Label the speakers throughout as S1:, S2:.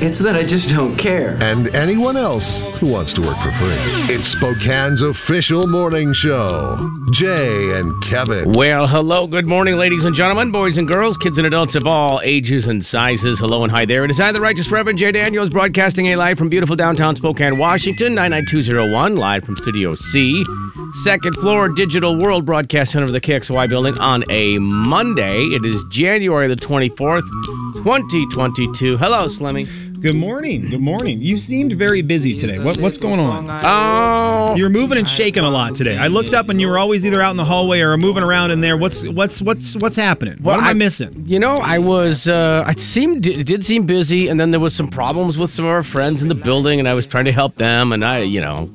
S1: It's that I just don't care.
S2: and anyone else who wants to work for free. It's Spokane's official morning show. Jay and Kevin.
S3: Well, hello, good morning, ladies and gentlemen, boys and girls, kids and adults of all ages and sizes. Hello and hi there. It is I, the Righteous Reverend Jay Daniels, broadcasting a live from beautiful downtown Spokane, Washington, 99201, live from Studio C, second floor, Digital World Broadcast Center of the KXY building on a Monday. It is January the 24th, 2022. Hello, Slimmy.
S4: Good morning. Good morning. You seemed very busy today. What, what's going on?
S3: Oh,
S4: You're moving and shaking a lot today. I looked up and you were always either out in the hallway or moving around in there. What's what's what's what's happening? What am I, missing?
S3: You know, I was. Uh, I seemed it did seem busy, and then there was some problems with some of our friends in the building, and I was trying to help them, and I, you know,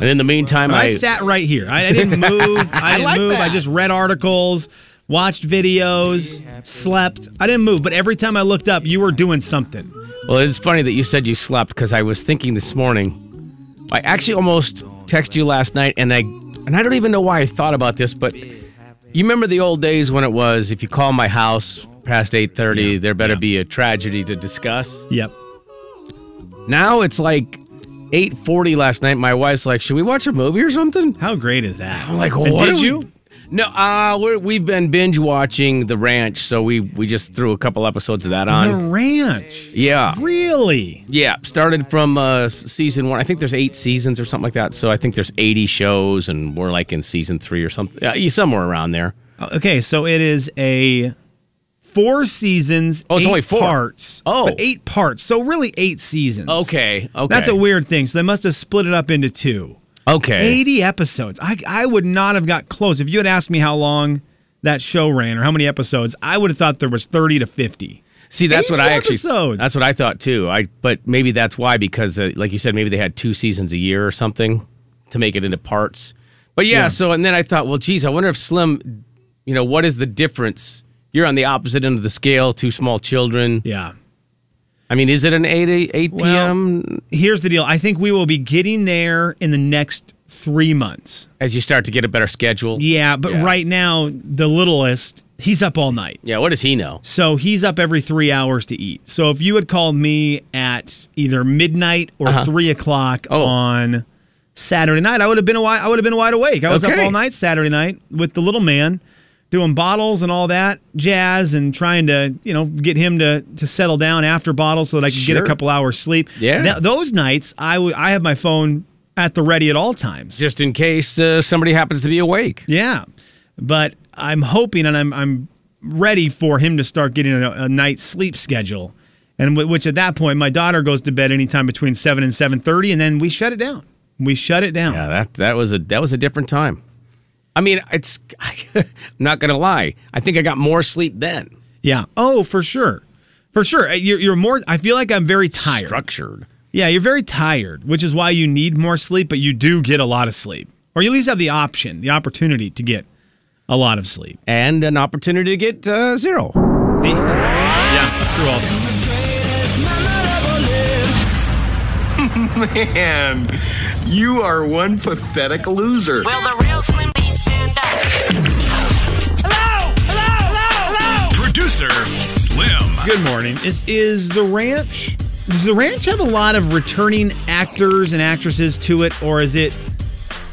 S3: and in the meantime,
S4: I,
S3: I.
S4: sat right here. I, I didn't move. I didn't
S3: like
S4: move. I
S3: that.
S4: just read articles, watched videos, slept. I didn't move, but every time I looked up, you were doing something.
S3: well, it's funny that you said you slept because I was thinking this morning. I actually almost texted you last night, and I and I don't even know why I thought about this, but you remember the old days when it was if you call my house past eight thirty, there better be a tragedy to discuss.
S4: Yep.
S3: Now it's like eight forty last night. My wife's like, "Should we watch a movie or something?"
S4: How great is that?
S3: I'm like,
S4: And
S3: what
S4: did
S3: are we-
S4: you?
S3: No, uh, we're, we've been binge watching The Ranch, so we we just threw a couple episodes of that
S4: The
S3: on.
S4: ranch.
S3: Yeah,
S4: Really?
S3: yeah. Started from uh, season one. I think there's eight seasons or something like that. So I think there's 80 shows, and we're like in season three or something, uh, yeah, somewhere around there.
S4: Okay, so it is a four seasons.
S3: Oh, it's
S4: eight
S3: only four.
S4: parts.
S3: Oh.
S4: but eight parts. So really eight seasons.
S3: Okay, okay.
S4: That's a weird thing. So they must have split it up into two.
S3: okay.
S4: 80 episodes. I I would not have got close if you had asked me how long that show ran or how many episodes. I would have thought there was 30 to 50.
S3: See, that's what
S4: 80
S3: I actually.
S4: episodes.
S3: That's what I thought too. I but maybe that's why because uh, like you said, maybe they had two seasons a year or something to make it into parts. But yeah, so and then I thought, well, geez, I wonder if Slim, you know, what is the difference? You're on the opposite end of the scale. Two small children.
S4: Yeah.
S3: I mean, is it an eight eight, 8
S4: Well,
S3: p.m.
S4: Here's the deal. I think we will be getting there in the next 3 months.
S3: as you start to get a better schedule?
S4: Yeah, but
S3: Yeah.
S4: right now the littlest, he's up all night.
S3: Yeah. What does he know?
S4: So he's up every three hours to eat. So if you had called me at either midnight or three o'clock
S3: Uh-huh. Oh.
S4: on Saturday night, I would have been awake. I would have been wide awake. I was up
S3: Okay.
S4: all night Saturday night with the little man, doing bottles and all that jazz, and trying to you know get him to to settle down after bottles so that I could get
S3: Sure.
S4: a couple hours sleep.
S3: Yeah.
S4: Th- those nights I would I have my phone at the ready at all times.
S3: Just in case uh, somebody happens to be awake.
S4: Yeah, but I'm hoping and I'm I'm ready for him to start getting a, a night's sleep schedule, and w- which at that point my daughter goes to bed anytime between seven and seven thirty, and then we shut it down. We shut it down.
S3: Yeah, that that was a that was a different time. I mean, it's I'm not gonna lie. I think I got more sleep then.
S4: Yeah. Oh, for sure, for sure. Uh, You're you're more. I feel like I'm very tired.
S3: Structured.
S4: Yeah, you're very tired, which is why you need more sleep, but you do get a lot of sleep, or you at least have the option, the opportunity to get a lot of sleep.
S3: And an opportunity to get uh, zero.
S4: The- yeah, it's true. Also.
S5: Man, you are one pathetic loser.
S6: Will the real Slim Beast stand up?
S7: Producer Slim.
S4: Good morning. This is The Ranch. Does The Ranch have a lot of returning actors and actresses to it, or is it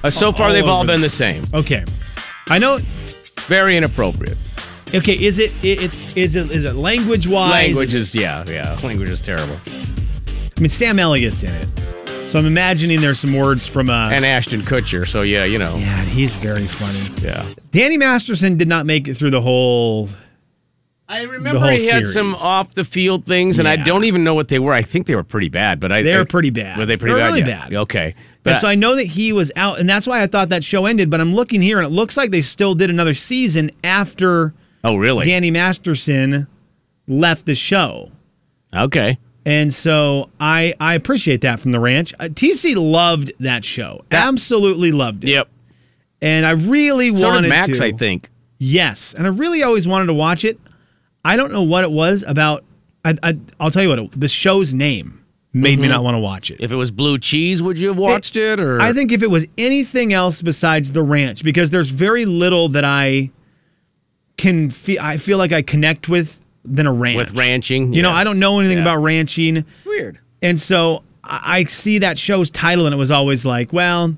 S3: Uh, so far,
S4: all
S3: they've all
S4: over
S3: been
S4: the-
S3: the same.
S4: okay? I know.
S3: Very inappropriate.
S4: Okay, is it? it- It's is it? Is it language wise?
S3: Language is yeah, yeah. Language is terrible.
S4: I mean, Sam Elliott's in it, so I'm imagining there's some words from. Uh,
S3: And Ashton Kutcher. So yeah, you know.
S4: yeah, he's very funny.
S3: Yeah.
S4: Danny Masterson did not make it through the whole.
S3: I
S4: The
S3: remember
S4: whole
S3: he had some
S4: series.
S3: off the field things, and I
S4: Yeah.
S3: don't even know what they were. I think they were pretty bad, but I
S4: They were
S3: I-
S4: pretty bad.
S3: Were they pretty
S4: They were
S3: bad?
S4: really
S3: Yeah.
S4: bad.
S3: Okay.
S4: and so I know that he was out, and that's why I thought that show ended. But I'm looking here, and it looks like they still did another season after
S3: Oh, really?
S4: Danny Masterson left the show.
S3: Okay.
S4: And so I I appreciate that from the ranch. Uh, TC loved that show, absolutely loved it.
S3: Yep.
S4: And I really
S3: So
S4: wanted
S3: did Max,
S4: to.
S3: I think.
S4: Yes, and I really always wanted to watch it. I don't know what it was about. I, I I'll tell you what it, the show's name made
S3: Mm-hmm.
S4: me not want to watch it.
S3: If it was blue cheese, would you have watched it? or
S4: I think if it was anything else besides the ranch, because there's very little that I can feel. I feel like I connect with than a ranch.
S3: with ranching.
S4: you know,
S3: yeah.
S4: I don't know anything
S3: Yeah.
S4: about ranching,
S3: Weird.
S4: and so I I see that show's title, and it was always like, well,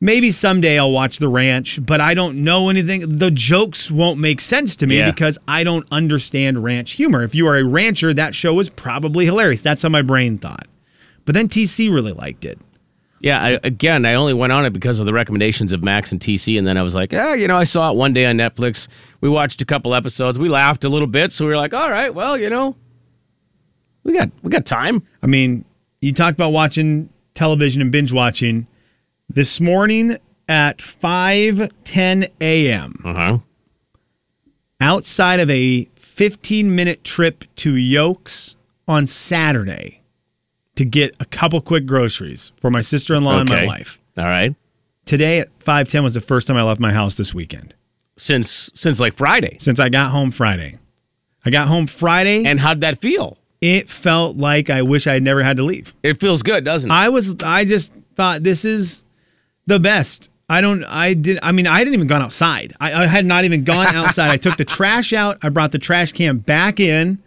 S4: maybe someday I'll watch the ranch, but I don't know anything. The jokes won't make sense to me
S3: Yeah.
S4: because I don't understand ranch humor. If you are a rancher, that show is probably hilarious. That's how my brain thought. But then TC really liked it.
S3: Yeah, I, again, I only went on it because of the recommendations of Max and TC, and then I was like, ah, you know, I saw it one day on Netflix. We watched a couple episodes. We laughed a little bit, so we were like, all right, well, you know, we got we got time.
S4: I mean, you talked about watching television and binge watching. This morning at five ten a.m.,
S3: Uh huh.
S4: outside of a 15 minute trip to Yolks on Saturday to get a couple quick groceries for my sister in law and my
S3: Okay.
S4: wife.
S3: All right.
S4: Today at 5:10 was the first time I left my house this weekend
S3: Since since like Friday,
S4: since I got home Friday. I got home Friday and
S3: and how'd that feel?
S4: it felt like I wish I had never had to leave.
S3: It feels good, doesn't it?
S4: I was I just thought this is the best. I don't I did I mean I hadn't even gone outside. I, I had not even gone outside. I took the trash out. I brought the trash can back in.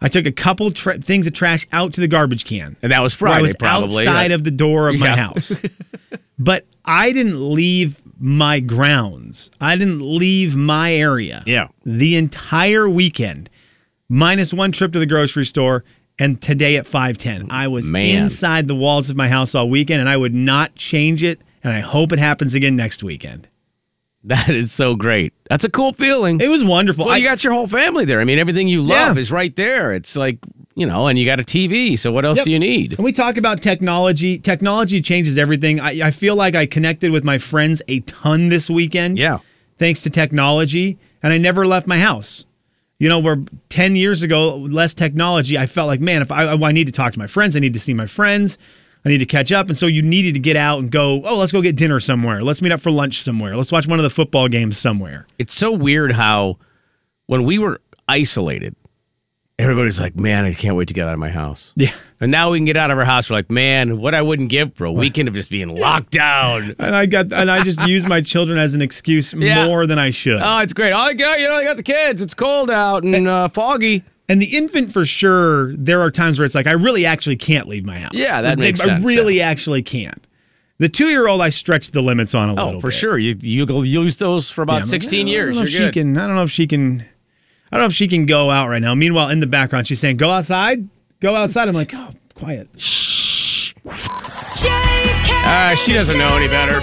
S4: I took a couple tra- things of trash out to the garbage can.
S3: and that was
S4: where
S3: Friday,
S4: I was
S3: probably.
S4: outside of the door of my
S3: Yeah.
S4: house. but I didn't leave my grounds. I didn't leave my area.
S3: Yeah.
S4: The entire weekend, minus one trip to the grocery store, and today at 510. I was
S3: Man.
S4: inside the walls of my house all weekend, and I would not change it. And I hope it happens again next weekend.
S3: that is so great. That's a cool feeling.
S4: It was wonderful.
S3: well,
S4: I,
S3: you got your whole family there. I mean, everything you
S4: Yeah.
S3: love is right there. It's like you know, and you got a TV. So what else
S4: Yep.
S3: do you need?
S4: And we talk about technology. Technology changes everything. I, I feel like I connected with my friends a ton this weekend.
S3: Yeah.
S4: Thanks to technology. And I never left my house. You know, where 10 years ago, less technology, I felt like, man, if I, I need to talk to my friends, I need to see my friends, I need to catch up. And so you needed to get out and go, oh, let's go get dinner somewhere. Let's meet up for lunch somewhere. Let's watch one of the football games somewhere.
S3: it's so weird how when we were isolated, everybody's like, man, I can't wait to get out of my house.
S4: Yeah.
S3: And now we can get out of our house. We're like, man, what I wouldn't give for a weekend of just being locked down.
S4: And I got, and I just used my children as an excuse
S3: Yeah.
S4: more than I should.
S3: Oh, it's great. Oh, I got, you know, I got the kids. It's cold out and uh, foggy.
S4: And the infant, for sure, there are times where it's like, I really actually can't leave my house.
S3: Yeah, that
S4: Like,
S3: makes
S4: I
S3: sense,
S4: really actually can't. The two year old, I stretched the limits on a
S3: Oh,
S4: little
S3: for
S4: bit.
S3: sure. You, you, you'll use those for
S4: Yeah,
S3: about
S4: I'm like,
S3: 16
S4: "I don't
S3: years.
S4: know
S3: You're
S4: if
S3: good.
S4: She can, I don't know if she can. I don't know if she can go out right now. Meanwhile, in the background, she's saying, "Go outside, go outside." I'm like, "Oh, quiet."
S3: Ah, she doesn't know any better.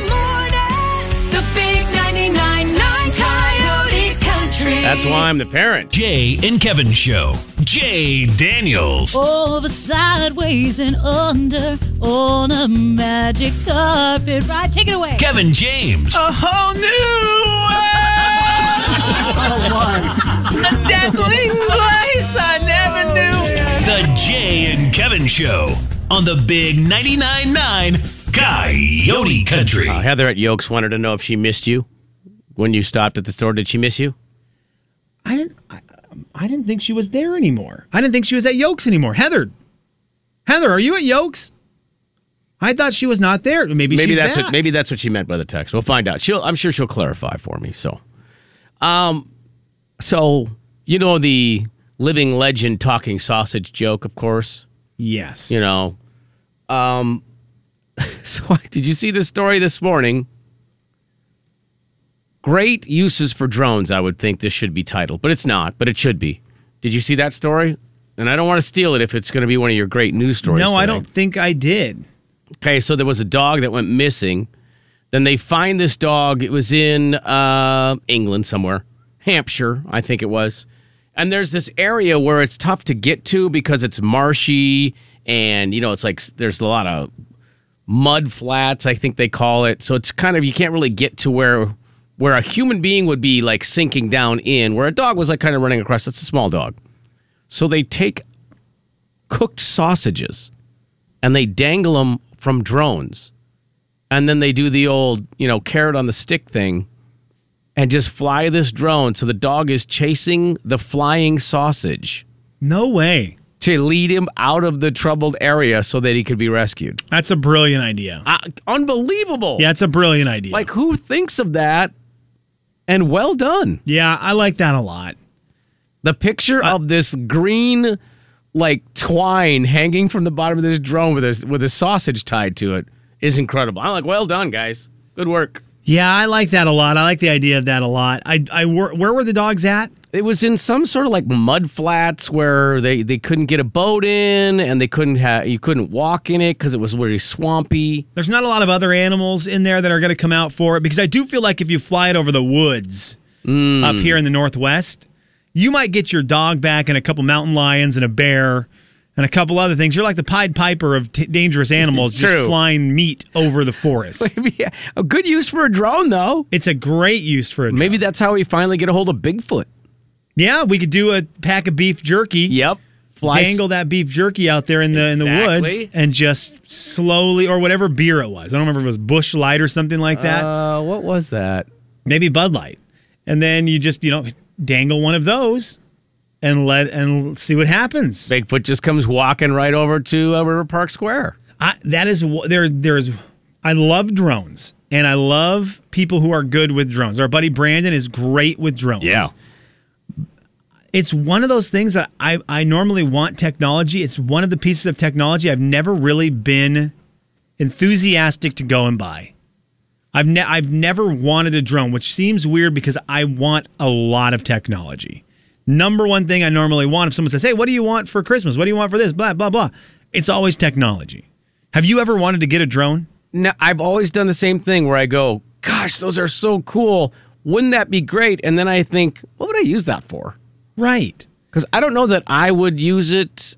S6: The big 99.9 Coyote Country.
S3: That's why I'm the parent.
S7: Jay and Kevin Show. Jay Daniels.
S8: Over, sideways, and under on a magic carpet ride. Take it away.
S7: Kevin James.
S4: A
S3: Oh,
S4: whole new dazzling place I never knew.
S7: The Jay and Kevin Show on the Big 99.9 9 Coyote Country.
S3: Uh, Heather at Yokes wanted to know if she missed you when you stopped at the store. Did she miss you?
S4: I didn't. I, I didn't think she was there anymore. I didn't think she was at Yolks anymore. Heather, Heather, are you at Yolks? I thought she was not there. Maybe
S3: maybe
S4: she's
S3: that's
S4: back.
S3: what, maybe that's what she meant by the text. We'll find out. She'll I'm sure she'll clarify for me. So, um, so you know the living legend talking sausage joke, of course.
S4: yes.
S3: You know, um, so did you see this story this morning? Great uses for drones. I would think this should be titled, but it's not. But it should be. Did you see that story? And I don't want to steal it if it's going to be one of your great news stories.
S4: no, I
S3: today.
S4: don't think I did.
S3: Okay, so there was a dog that went missing. Then they find this dog. It was in uh, England somewhere, Hampshire, I think it was. And there's this area where it's tough to get to because it's marshy and, you know, it's like s- there's a lot of mud flats, I think they call it. So it's kind of you can't really get to where where a human being would be like sinking down in, where a dog was like kind of running across. That's a small dog. So they take cooked sausages and they dangle them from drones. And then they do the old, you know, carrot on the stick thing and just fly this drone. So the dog is chasing the flying sausage
S4: No way.
S3: to lead him out of the troubled area so that he could be rescued.
S4: That's a brilliant idea.
S3: Uh, unbelievable.
S4: Yeah, it's a brilliant idea.
S3: Like, who thinks of that? And well done.
S4: yeah, I like that a lot.
S3: The picture of this green, like twine hanging from the bottom of this drone with a with a sausage tied to it is incredible. I'm like, well done, guys. Good work.
S4: Yeah, I like that a lot. I like the idea of that a lot. I, I where, where were the dogs at?
S3: It was in some sort of like mud flats where they, they couldn't get a boat in and they couldn't have you couldn't walk in it because it was really swampy.
S4: There's not a lot of other animals in there that are going to come out for it because I do feel like if you fly it over the woods up here in the Northwest, you might get your dog back and a couple mountain lions and a bear and a couple other things. You're like the Pied Piper of t- dangerous animals just
S3: True.
S4: flying meat over the forest.
S3: yeah, a good use for a drone though.
S4: it's a great use for a drone.
S3: Maybe that's how we finally get a hold of Bigfoot.
S4: Yeah, we could do a pack of beef jerky.
S3: Yep. Fly s-
S4: dangle that beef jerky out there in the in the
S3: Exactly.
S4: woods and just slowly or whatever beer it was. I don't remember if it was Bush Light or something like that.
S3: Uh, what was that?
S4: Maybe Bud Light. And then you just, you know, dangle one of those and let and see what happens.
S3: Bigfoot just comes walking right over to uh, River Park Square.
S4: I, that is wh- there there's I love drones and I love people who are good with drones. Our buddy Brandon is great with drones. it's one of those things that I, I normally want technology. It's one of the pieces of technology I've never really been enthusiastic to go and buy. I've ne- I've never wanted a drone, which seems weird because I want a lot of technology. Number one thing I normally want if someone says, "Hey, what do you want for Christmas? What do you want for this?" blah blah blah. It's always technology. Have you ever wanted to get a drone?
S3: Now, I've always done the same thing where I go, gosh, those are so cool. Wouldn't that be great? And then I think, what would I use that for?
S4: Right.
S3: Because I don't know that I would use it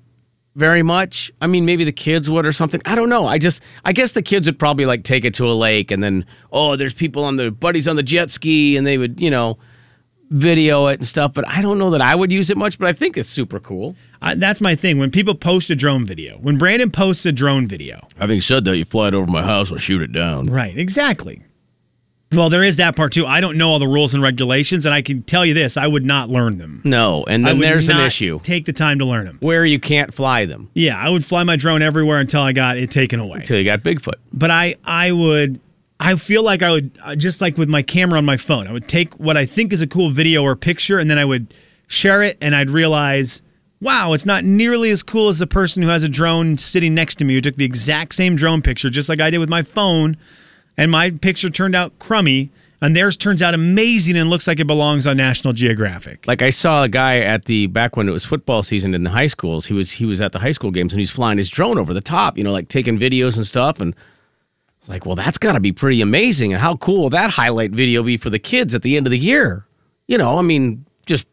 S3: very much. I mean, maybe the kids would or something. I don't know. I just, I guess the kids would probably like take it to a lake and then, oh, there's people on the buddies on the jet ski and they would, you know, video it and stuff. But I don't know that I would use it much, but I think it's super cool.
S4: I, that's my thing. When people post a drone video, when Brandon posts a drone video,
S3: Having said that, you fly it over my house, I'll shoot it down.
S4: Right, exactly. Well, there is that part too. I don't know all the rules and regulations, and I can tell you this: I would not learn them.
S3: No, and
S4: I
S3: then
S4: would
S3: there's an
S4: not
S3: issue
S4: Take the time to learn them.
S3: where you can't fly them.
S4: Yeah, I would fly my drone everywhere until I got it taken away.
S3: Until you got Bigfoot.
S4: But I, I would, I feel like I would uh, just like with my camera on my phone. I would take what I think is a cool video or picture, and then I would share it, and I'd realize, wow, it's not nearly as cool as the person who has a drone sitting next to me who took the exact same drone picture, just like I did with my phone and my picture turned out crummy and theirs turns out amazing and looks like it belongs on National Geographic.
S3: Like I saw a guy at the back when it was football season in the high schools. He was he was at the high school games and he's flying his drone over the top, you know, like taking videos and stuff. And it's like, well, that's got to be pretty amazing. And how cool will that highlight video be for the kids at the end of the year? You know, I mean, just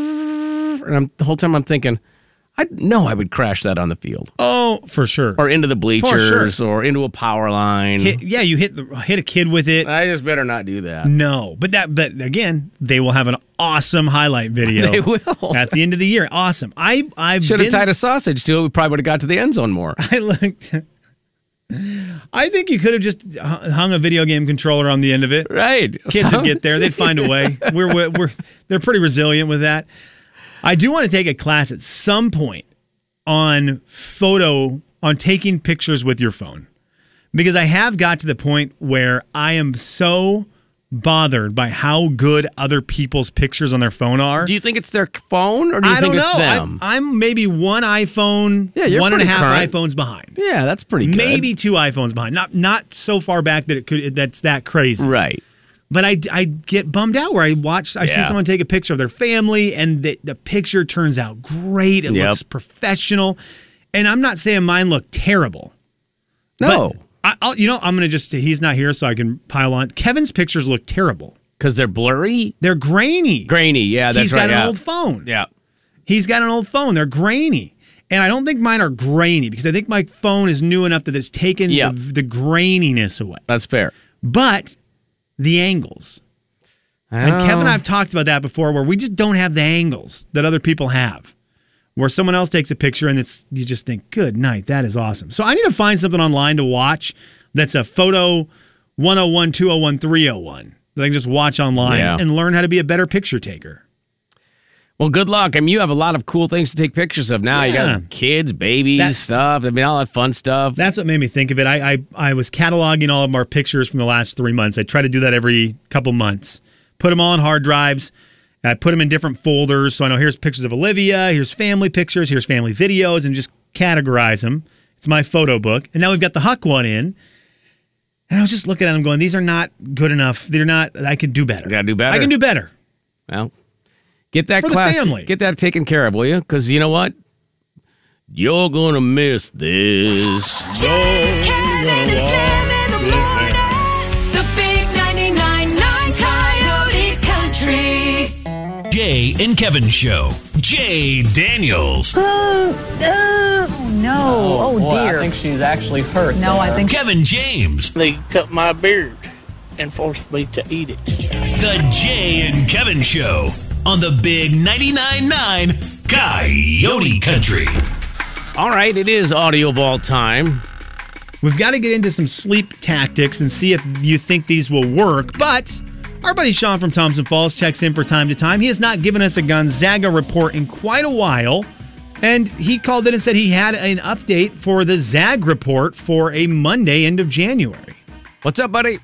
S3: and I'm, the whole time I'm thinking, I know I would crash that on the field
S4: Oh, for sure.
S3: or into the
S4: sure.
S3: bleachers or into a power line.
S4: Hit- yeah, you hit the, hit a kid with it.
S3: I just better not do that.
S4: No, but that but again, they will have an awesome highlight video.
S3: They will.
S4: at the end of the year. Awesome. I I've
S3: Should have
S4: been,
S3: tied a sausage to it. We probably would have got to the end zone more.
S4: I looked. I think you could have just hu- hung a video game controller on the end of it.
S3: Right.
S4: Kids
S3: So-
S4: would get there; they'd find a way. We're, we're, we're they're pretty resilient with that. I do want to take a class at some point on photo on taking pictures with your phone because I have got to the point where I am so bothered by how good other people's pictures on their phone are.
S3: Do you think it's their phone or do you
S4: I
S3: think
S4: don't know.
S3: it's them?
S4: I, am maybe one iPhone,
S3: Yeah, you're
S4: one and a
S3: pretty
S4: half
S3: current.
S4: iPhones behind.
S3: yeah, that's pretty good.
S4: Maybe two iPhones behind. Not not so far back that it could that's that crazy.
S3: Right.
S4: But I, I get bummed out where I watch I see
S3: Yeah.
S4: someone take a picture of their family and the, the picture turns out great. It
S3: Yep.
S4: looks professional. And I'm not saying mine look terrible.
S3: No.
S4: But I, I'll, you know, I'm gonna just he's not here, so I can pile on. Kevin's pictures look terrible.
S3: Because they're blurry?
S4: They're grainy.
S3: Grainy. Yeah, that's
S4: he's
S3: right.
S4: got an
S3: yeah.
S4: old phone.
S3: yeah.
S4: He's got an old phone. They're grainy. And I don't think mine are grainy because I think my phone is new enough that it's taken
S3: Yeah.
S4: the, the graininess away.
S3: That's fair.
S4: But the angles. And
S3: Oh.
S4: Kevin and I've talked about that before where we just don't have the angles that other people have. Where someone else takes a picture and it's you just think, good night, that is awesome. So I need to find something online to watch that's a photo 101, 201, 301 that I can just watch online
S3: Yeah.
S4: and learn how to be a better picture taker.
S3: Well, good luck. I mean, you have a lot of cool things to take pictures of now.
S4: Yeah.
S3: You got kids, babies,
S4: That-
S3: stuff. I mean, all that fun stuff.
S4: That's what made me think of it. I, I I was cataloging all of our pictures from the last three months. I try to do that every couple months. Put them all on hard drives. I put them in different folders. So I know here's pictures of Olivia. Here's family pictures. Here's family videos, and just categorize them. It's my photo book. And now we've got the Huck one in. And I was just looking at them, going, "These are not good enough. They're not. I could do better.
S3: Gotta do better.
S4: I can do better."
S3: Well, get that
S4: For the
S3: class.
S4: family.
S3: Get that taken care of, will you? Because you know what? You're gonna miss this.
S6: Jay, Kevin, and Slim in the morning. The big 99.9 Coyote Country.
S7: Jay and Kevin Show. Jay Daniels.
S9: Oh, no. Oh, dear.
S10: she's actually hurt.
S9: No, I there. think-
S7: Kevin James.
S10: They cut my beard and forced me to eat it.
S7: The Jay and Kevin Show on the Big 99.9 9 Coyote Country.
S3: All right, it is audio vault time.
S4: We've got to get into some sleep tactics and see if you think these will work. But our buddy Sean from Thompson Falls checks in from time to time. He has not given us a Gonzaga report in quite a while. And he called in and said he had an update for the Zag report for a Monday end of January.
S3: What's up, buddy?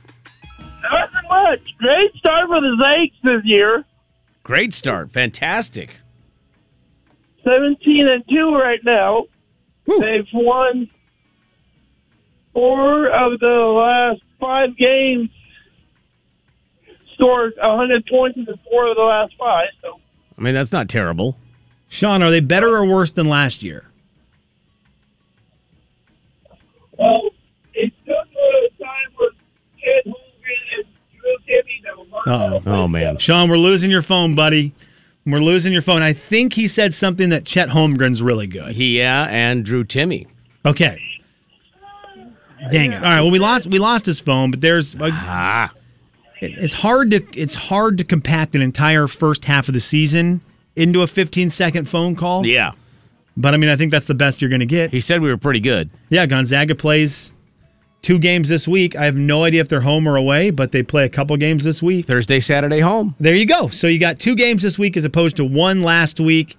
S11: Nothing much. Great start for the Zags this year.
S3: Great start. Fantastic.
S11: 17 and 2 right now. They've won four of the last five games, scored 120 in four of the last five. So
S3: I mean, that's not terrible.
S4: Sean, are they better or worse than last year?
S11: well, Oh, it's just a time where Ted Hogan and Drew Timmy that were
S4: Uh-oh.
S3: Oh man.
S4: Sean, we're losing your phone, buddy. We're losing your phone. I think he said something that Chet Holmgren's really good.
S3: He, yeah, and Drew Timmy.
S4: Okay. Dang it! All right. Well, we lost we lost his phone, but there's a,
S3: Ah.
S4: It- it's hard to it's hard to compact an entire first half of the season into a 15 second phone call.
S3: Yeah.
S4: But I mean, I think that's the best you're going to get.
S3: He said we were pretty good.
S4: Yeah, Gonzaga plays two games this week. I have no idea if they're home or away, but they play a couple games this week.
S3: Thursday, Saturday, home.
S4: There you go. So you got two games this week as opposed to one last week,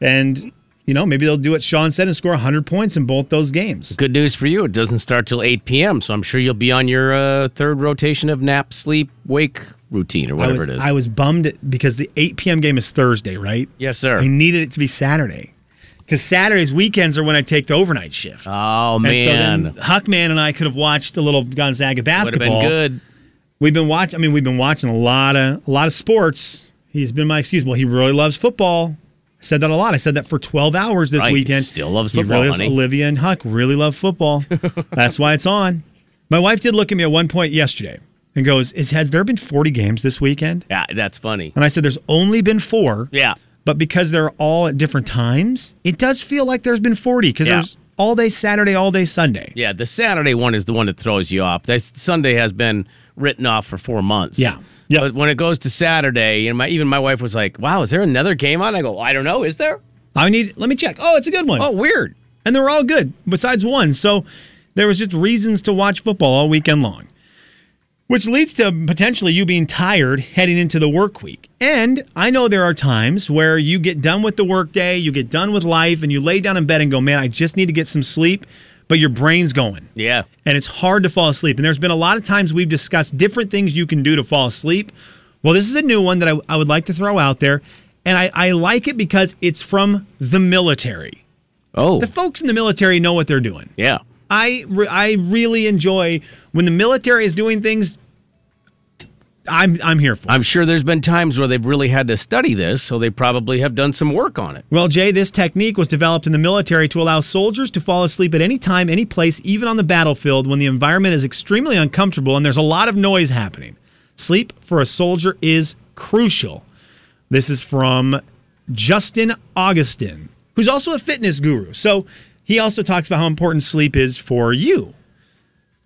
S4: and you know maybe they'll do what Sean said and score 100 points in both those games.
S3: Good news for you. It doesn't start till 8 p.m., so I'm sure you'll be on your uh, third rotation of nap, sleep, wake routine or
S4: I
S3: whatever
S4: was,
S3: it is.
S4: I was bummed because the 8 p.m. game is Thursday, right?
S3: yes, sir.
S4: I needed it to be Saturday because Saturdays weekends are when I take the overnight shift.
S3: Oh
S4: And so
S3: man,
S4: then Huckman and I could have watched a little Gonzaga
S3: would have
S4: basketball.
S3: been good.
S4: We've been watching. I mean, we've been watching a lot of a lot of sports. He's been my excuse. Well, he really loves football. I said that a lot. I said that for 12 hours this
S3: Right.
S4: weekend.
S3: Still loves
S4: He
S3: football,
S4: really loves-
S3: honey.
S4: Olivia and Huck really love football. That's why it's on. My wife did look at me at one point yesterday and goes, "Is has there been 40 games this weekend?"
S3: Yeah, that's funny.
S4: And I said, "There's only been four,
S3: Yeah,
S4: but because they're all at different times, it does feel like there's been 40 because
S3: Yeah.
S4: there's all day Saturday, all day Sunday."
S3: yeah. The Saturday one is the one that throws you off. That Sunday has been written off for four months.
S4: Yeah.
S3: yeah. But when it goes to Saturday, and my even my wife was like, "Wow, is there another game on?" I go, "I don't know. Is there?"
S4: I need. Let me check. Oh, it's a good one.
S3: Oh, weird.
S4: and they were all good besides one. So there was just reasons to watch football all weekend long, which leads to potentially you being tired heading into the work week. And I know there are times where you get done with the work day, you get done with life, and you lay down in bed and go, man, I just need to get some sleep, but your brain's going
S3: Yeah.
S4: and it's hard to fall asleep. And there's been a lot of times we've discussed different things you can do to fall asleep. Well, this is a new one that I, I would like to throw out there. And I, I like it because it's from the military.
S3: Oh,
S4: The folks in the military know what they're doing.
S3: yeah.
S4: I, re- I really enjoy when the military is doing things I'm, I'm here for.
S3: I'm sure there's been times where they've really had to study this, so they probably have done some work on it.
S4: Well, Jay, this technique was developed in the military to allow soldiers to fall asleep at any time, any place, even on the battlefield when the environment is extremely uncomfortable and there's a lot of noise happening. Sleep for a soldier is crucial. This is from Justin Augustin, who who's also a fitness guru. So he also talks about how important sleep is for you.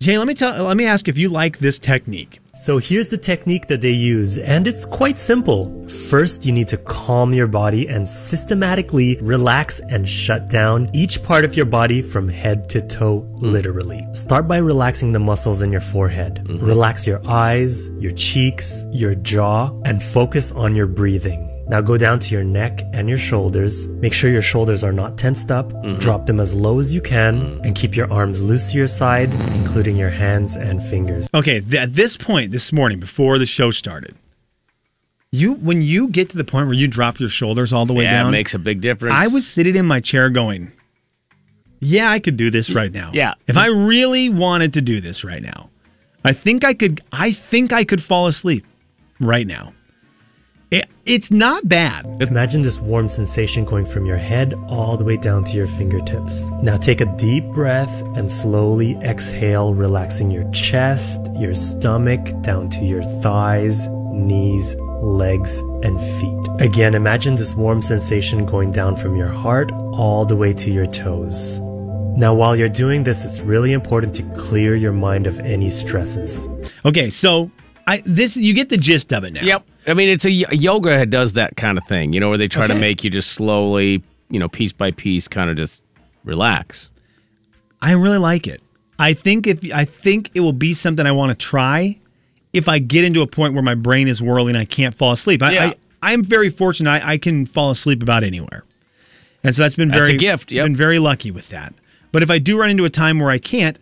S4: Jay, let me tell let me ask if you like this technique.
S12: So here's the technique that they use, and it's quite simple. First, you need to calm your body and systematically relax and shut down each part of your body from head to toe, literally. Start by relaxing the muscles in your forehead. Relax your eyes, your cheeks, your jaw, and focus on your breathing. Now go down to your neck and your shoulders. Make sure your shoulders are not tensed up. Drop them as low as you can and keep your arms loose to your side, including your hands and fingers.
S4: Okay, th- at this point this morning before the show started, you when you get to the point where you drop your shoulders all the way
S3: yeah,
S4: down,
S3: it makes a big difference.
S4: I was sitting in my chair going, "Yeah, I could do this right now.
S3: Yeah.
S4: if I really wanted to do this right now, I think I could. I think I could fall asleep right now. It, it's not bad.
S12: Imagine this warm sensation going from your head all the way down to your fingertips. Now take a deep breath and slowly exhale, relaxing your chest, your stomach, down to your thighs, knees, legs, and feet. Again, imagine this warm sensation going down from your heart all the way to your toes. Now, while you're doing this, it's really important to clear your mind of any stresses.
S4: Okay, so I this you get the gist of it now.
S3: Yep. I mean, it's a y- yoga does that kind of thing, you know, where they try to
S4: Okay.
S3: make you just slowly, you know, piece by piece, kind of just relax.
S4: I really like it. I think if I think it will be something I want to try if I get into a point where my brain is whirling, I can't fall asleep. I,
S3: Yeah.
S4: I I'm very fortunate. I, I can fall asleep about anywhere, and so that's been
S3: That's
S4: very
S3: a gift, yep.
S4: Been very lucky with that. But if I do run into a time where I can't,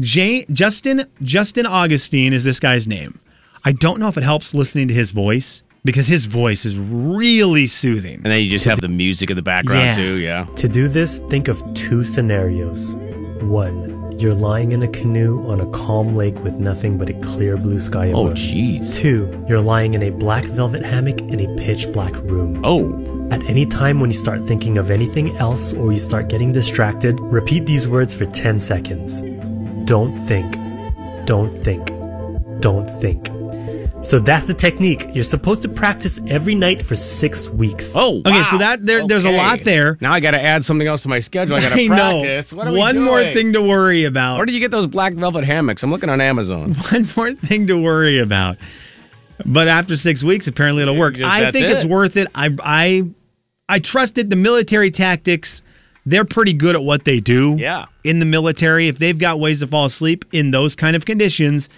S4: Jay, Justin Justin Augustine is this guy's name. I don't know if it helps listening to his voice because his voice is really soothing.
S3: And then you just have the music in the background,
S4: Yeah.
S3: too. Yeah.
S12: To do this, think of two scenarios. One, you're lying in a canoe on a calm lake with nothing but a clear blue sky above.
S3: Oh, jeez.
S12: Two, you're lying in a black velvet hammock in a pitch black room.
S3: Oh.
S12: At any time when you start thinking of anything else or you start getting distracted, repeat these words for 10 seconds. Don't think. Don't think. Don't think. So that's the technique. You're supposed to practice every night for six weeks.
S3: Oh,
S4: Okay, so that there, there's a lot there.
S3: Now I got to add something else to my schedule. I got to
S4: I know.
S3: practice. What are we
S4: One more
S3: doing?
S4: thing to worry about.
S3: Where did you get those black velvet hammocks? I'm looking on Amazon.
S4: one more thing to worry about. But after six weeks, apparently it'll work.
S3: Just-
S4: I
S3: that's
S4: think it's
S3: it.
S4: worth it. I I I trusted the military tactics. They're pretty good at what they do.
S3: Yeah.
S4: In the military, if they've got ways to fall asleep in those kind of conditions,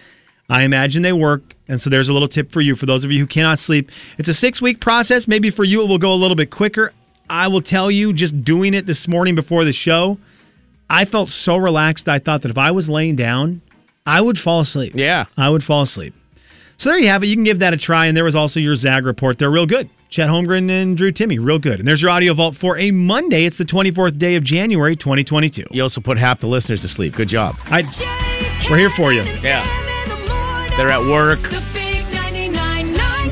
S4: I imagine they work. And so there's a little tip for you for those of you who cannot sleep. It's a six week process. Maybe for you it will go a little bit quicker. I will tell you, just doing it this morning before the show, I felt so relaxed. I thought that if I was laying down, I would fall asleep.
S3: Yeah.
S4: I would fall asleep. So there you have it. You can give that a try. And there was also your Zag report. They're real good. Chet Holmgren and Drew Timmy, real good. And there's your audio vault for a Monday. It's the 24th day of January, 2022.
S3: You also put half the listeners to sleep. Good job.
S4: I, we're here for you.
S3: Yeah. They're at work.
S6: The big 99.9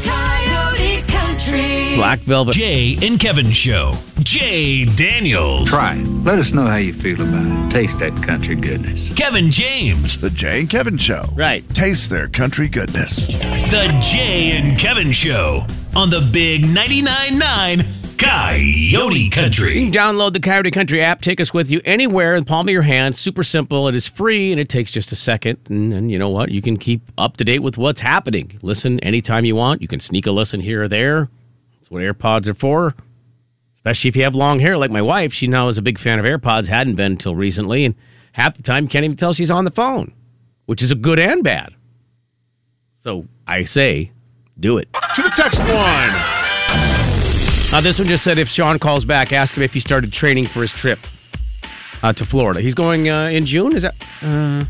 S6: Coyote Country.
S3: Black velvet.
S7: Jay and Kevin Show. Jay Daniels.
S13: Try it. Let us know how you feel about it. Taste that country goodness.
S7: Kevin James.
S14: The Jay and Kevin Show.
S3: Right.
S14: Taste their country goodness.
S7: The Jay and Kevin Show on the Big 99.9 9 Coyote Country.
S3: You can download the Coyote Country app. Take us with you anywhere in the palm of your hand. Super simple. It is free and it takes just a second. And, and you know what? You can keep up to date with what's happening. Listen anytime you want. You can sneak a listen here or there. That's what AirPods are for. Especially if you have long hair, like my wife. She now is a big fan of AirPods, hadn't been until recently. And half the time, you can't even tell she's on the phone, which is a good and bad. So I say, do it.
S14: To the text line.
S3: Uh, this one just said if Sean calls back, ask him if he started training for his trip uh, to Florida. He's going uh, in June. Is that uh,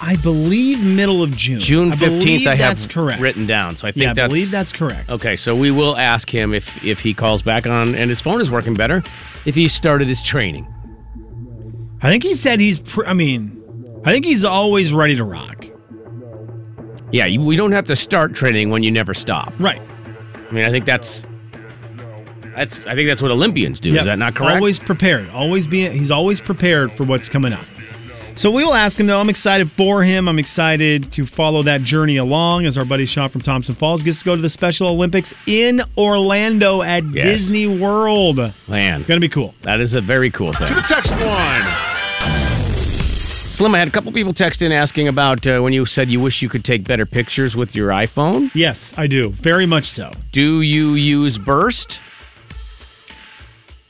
S4: I believe middle of June.
S3: June
S4: I believe
S3: fifteenth? I, have
S4: that's correct.
S3: written down. So I think
S4: yeah, I
S3: that's
S4: believe that's correct.
S3: okay. So we will ask him if if he calls back on and his phone is working better. If he started his training,
S4: I think he said he's, pr- I mean, I think he's always ready to rock.
S3: yeah, you, we don't have to start training when you never stop.
S4: Right.
S3: I mean, I think that's that's I think that's what Olympians do. Is
S4: Yep.
S3: that not correct?
S4: Always prepared. Always being, he's always prepared for what's coming up. So we will ask him though. I'm excited for him. I'm excited to follow that journey along as our buddy Sean from Thompson Falls gets to go to the Special Olympics in Orlando at
S3: Yes.
S4: Disney World.
S3: Man.
S4: Gonna be cool.
S3: That is a very cool thing.
S14: Text one.
S3: Slim, I had a couple people text in asking about uh, when you said you wish you could take better pictures with your iPhone.
S4: Yes, I do. Very much so.
S3: Do you use Burst?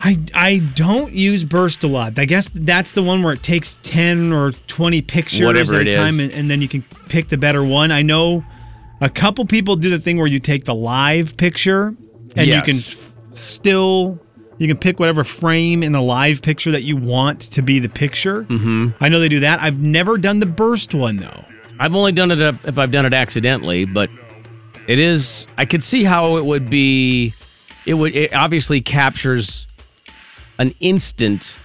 S4: I I don't use burst a lot. I guess that's the one where it takes ten or twenty pictures
S3: Whatever
S4: at
S3: it
S4: a
S3: is.
S4: time, and, and then you can pick the better one. I know a couple people do the thing where you take the live picture, and
S3: Yes.
S4: you can f- still you can pick whatever frame in the live picture that you want to be the picture.
S3: Mm-hmm.
S4: I know they do that. I've never done the burst one though.
S3: I've only done it uh, if if I've done it accidentally, but it is. I could see how it would be. It would. It obviously captures an instant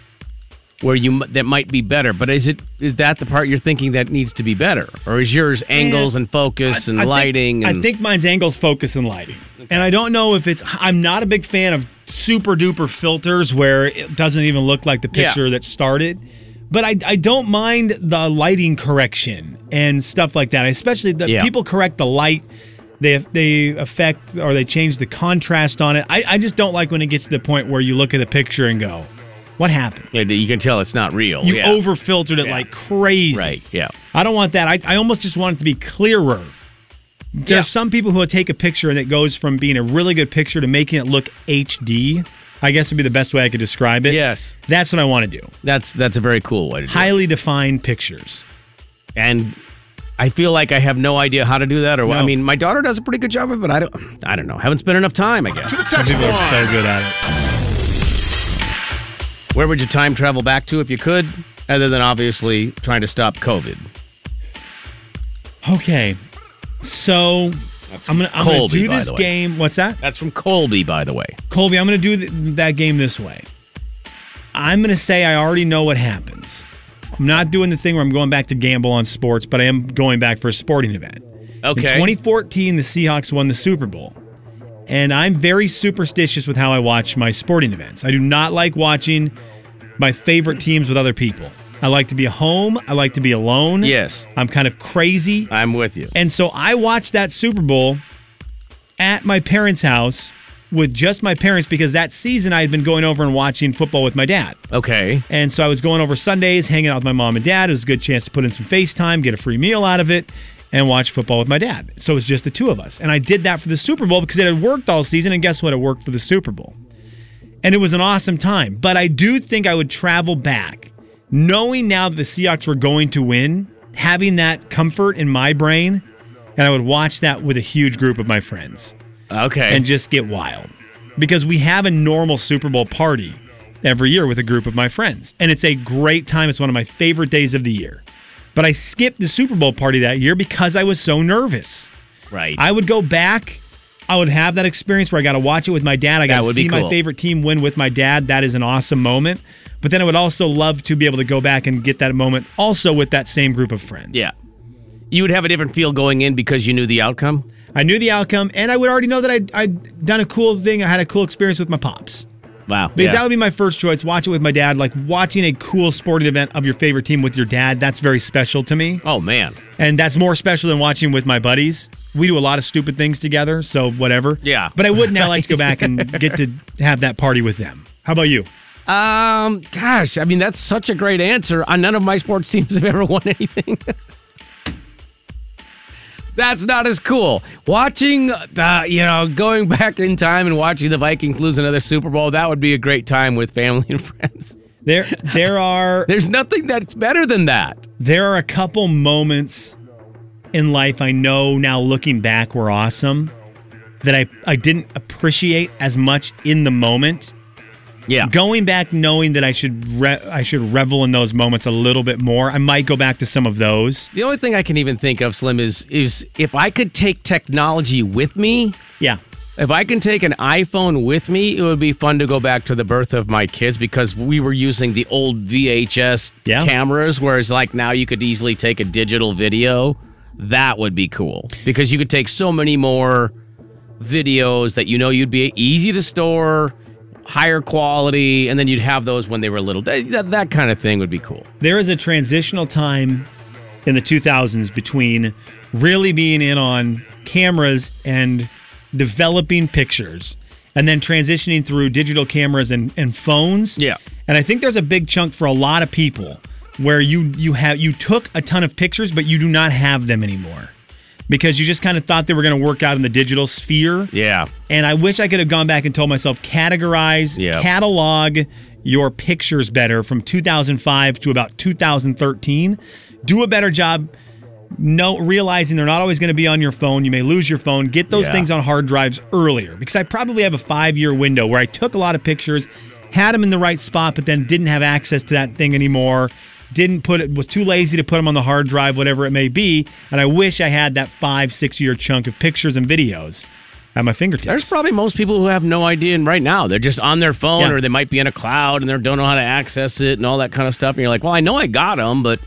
S3: where you m- that might be better. But is it is that the part you're thinking that needs to be better, or is yours angles and focus and
S4: I think-
S3: lighting? and
S4: I think mine's angles, focus, and lighting. And I don't know if it's. I'm not a big fan of super duper filters where it doesn't even look like the
S3: Yeah.
S4: picture that started. But I, I don't mind the lighting correction and stuff like that. Especially the
S3: Yeah.
S4: people correct the light. They, they affect or they change the contrast on it. I, I just don't like when it gets to the point where you look at the picture and go, what happened?
S3: Yeah, you can tell it's not real.
S4: You
S3: Oh, yeah.
S4: over filtered it
S3: Yeah.
S4: like crazy.
S3: right. Yeah.
S4: I don't want that. I, I almost just want it to be clearer. There's some people who will take a picture and it goes from being a really good picture to making it look HD. I guess would be the best way I could describe it.
S3: Yes.
S4: That's what I want to do.
S3: That's that's a very cool way to do it.
S4: Highly defined pictures.
S3: and I feel like I have no idea how to do that. Or I
S4: No.
S3: mean, my daughter does a pretty good job of it. I don't. I don't know. Haven't spent enough time. I guess
S4: Some people are so good at it.
S3: Where would you time travel back to if you could, other than obviously trying to stop COVID?
S4: Okay. So I'm gonna, I'm
S3: Colby,
S4: gonna do
S3: by
S4: this
S3: the way.
S4: game. What's that?
S3: That's from Colby, by the way.
S4: Colby, I'm going to do th- that game this way. I'm going to say I already know what happens. I'm not doing the thing where I'm going back to gamble on sports, but I am going back for a sporting event. In
S3: Okay.
S4: 2014, the Seahawks won the Super Bowl. And I'm very superstitious with how I watch my sporting events. I do not like watching my favorite teams with other people. I like to be home. I like to be alone.
S3: Yes.
S4: I'm kind of crazy.
S3: I'm with you.
S4: And so I watched that Super Bowl at my parents' house with just my parents because that season I had been going over and watching football with my dad.
S3: Okay.
S4: And so I was going over Sundays, hanging out with my mom and dad. It was a good chance to put in some FaceTime, get a free meal out of it, and watch football with my dad. So it was just the two of us. And I did that for the Super Bowl because it had worked all season. And guess what? It worked for the Super Bowl. And it was an awesome time. But I do think I would travel back knowing now that the Seahawks were going to win, having that comfort in my brain. And I would watch that with a huge group of my friends
S3: Okay.
S4: and just get wild because we have a normal Super Bowl party every year with a group of my friends. And it's a great time. It's one of my favorite days of the year. But I skipped the Super Bowl party that year because I was so nervous.
S3: right.
S4: I would go back. I would have that experience where I got to watch it with my dad. I got to
S3: would be
S4: see
S3: cool.
S4: my favorite team win with my dad. That is an awesome moment. But then I would also love to be able to go back and get that moment also with that same group of friends.
S3: yeah. You would have a different feel going in because you knew the outcome.
S4: I knew the outcome, and I would already know that I'd, I'd done a cool thing. I had a cool experience with my pops.
S3: Wow.
S4: Because
S3: Yeah.
S4: that would be my first choice. Watch it with my dad. Like watching a cool sporting event of your favorite team with your dad, that's very special to me.
S3: oh man.
S4: And that's more special than watching with my buddies. We do a lot of stupid things together, so whatever.
S3: Yeah.
S4: But I would now like to go back and get to have that party with them. How about you?
S3: Um. Gosh. I mean, that's such a great answer. Uh, none of my sports teams have ever won anything. That's not as cool. Watching, uh, you know, going back in time and watching the Vikings lose another Super Bowl, that would be a great time with family and friends.
S4: There there are
S3: There's nothing that's better than that.
S4: there are a couple moments in life I know now looking back were awesome that I, I didn't appreciate as much in the moment.
S3: Yeah.
S4: Going back knowing that I should re- I should revel in those moments a little bit more. I might go back to some of those.
S3: The only thing I can even think of, Slim, is is if I could take technology with me,
S4: Yeah.
S3: if I can take an iPhone with me, it would be fun to go back to the birth of my kids because we were using the old VHS
S4: Yeah.
S3: cameras, whereas like now you could easily take a digital video. That would be cool because you could take so many more videos that you know you'd be easy to store. higher quality, and then you'd have those when they were little. That, that, that kind of thing would be cool.
S4: There is a transitional time in the 2000s between really being in on cameras and developing pictures and then transitioning through digital cameras and, and phones.
S3: Yeah.
S4: And I think there's a big chunk for a lot of people where you you have you took a ton of pictures but you do not have them anymore because you just kind of thought they were going to work out in the digital sphere.
S3: Yeah.
S4: And I wish I could have gone back and told myself categorize,
S3: Yeah.
S4: catalog your pictures better from 2005 to about 2013. Do a better job no realizing they're not always going to be on your phone. You may lose your phone. Get those
S3: Yeah.
S4: things on hard drives earlier because I probably have a 5-year window where I took a lot of pictures, had them in the right spot but then didn't have access to that thing anymore. Didn't put it was too lazy to put them on the hard drive whatever it may be, and I wish I had that 5-6 year chunk of pictures and videos at my fingertips.
S3: There's probably most people who have no idea, and right now they're just on their phone,
S4: Yeah.
S3: or they might be in a cloud, and they don't know how to access it, and all that kind of stuff. And you're like, "Well, I know I got them, but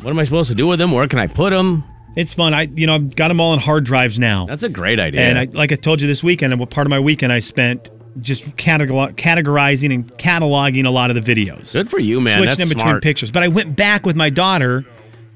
S3: what am I supposed to do with them? Where can I put them?"
S4: It's fun. I you know I've got them all on hard drives now.
S3: That's a great idea.
S4: And I, like I told you this weekend, and what part of my weekend I spent just categor- categorizing and cataloging a lot of the videos.
S3: Good for you, man.
S4: Switching
S3: That's
S4: them between
S3: smart.
S4: pictures. But I went back with my daughter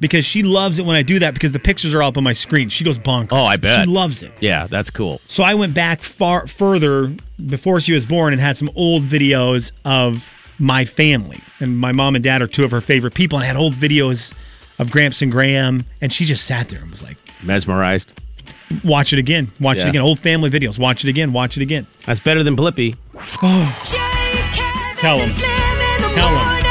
S4: because she loves it when I do that because the pictures are up on my screen. She goes bonkers.
S3: Oh, I bet
S4: She loves it.
S3: Yeah, that's cool.
S4: So I went back far further before she was born and had some old videos of my family. And my mom and dad are two of her favorite people. And I had old videos of Gramps and Graham. And she just sat there and was like,
S3: Mesmerized.
S4: watch it again, watch
S3: Yeah.
S4: it again. Old family videos, watch it again, watch it again.
S3: That's better than Blippi.
S4: Oh. Tell them. Tell them.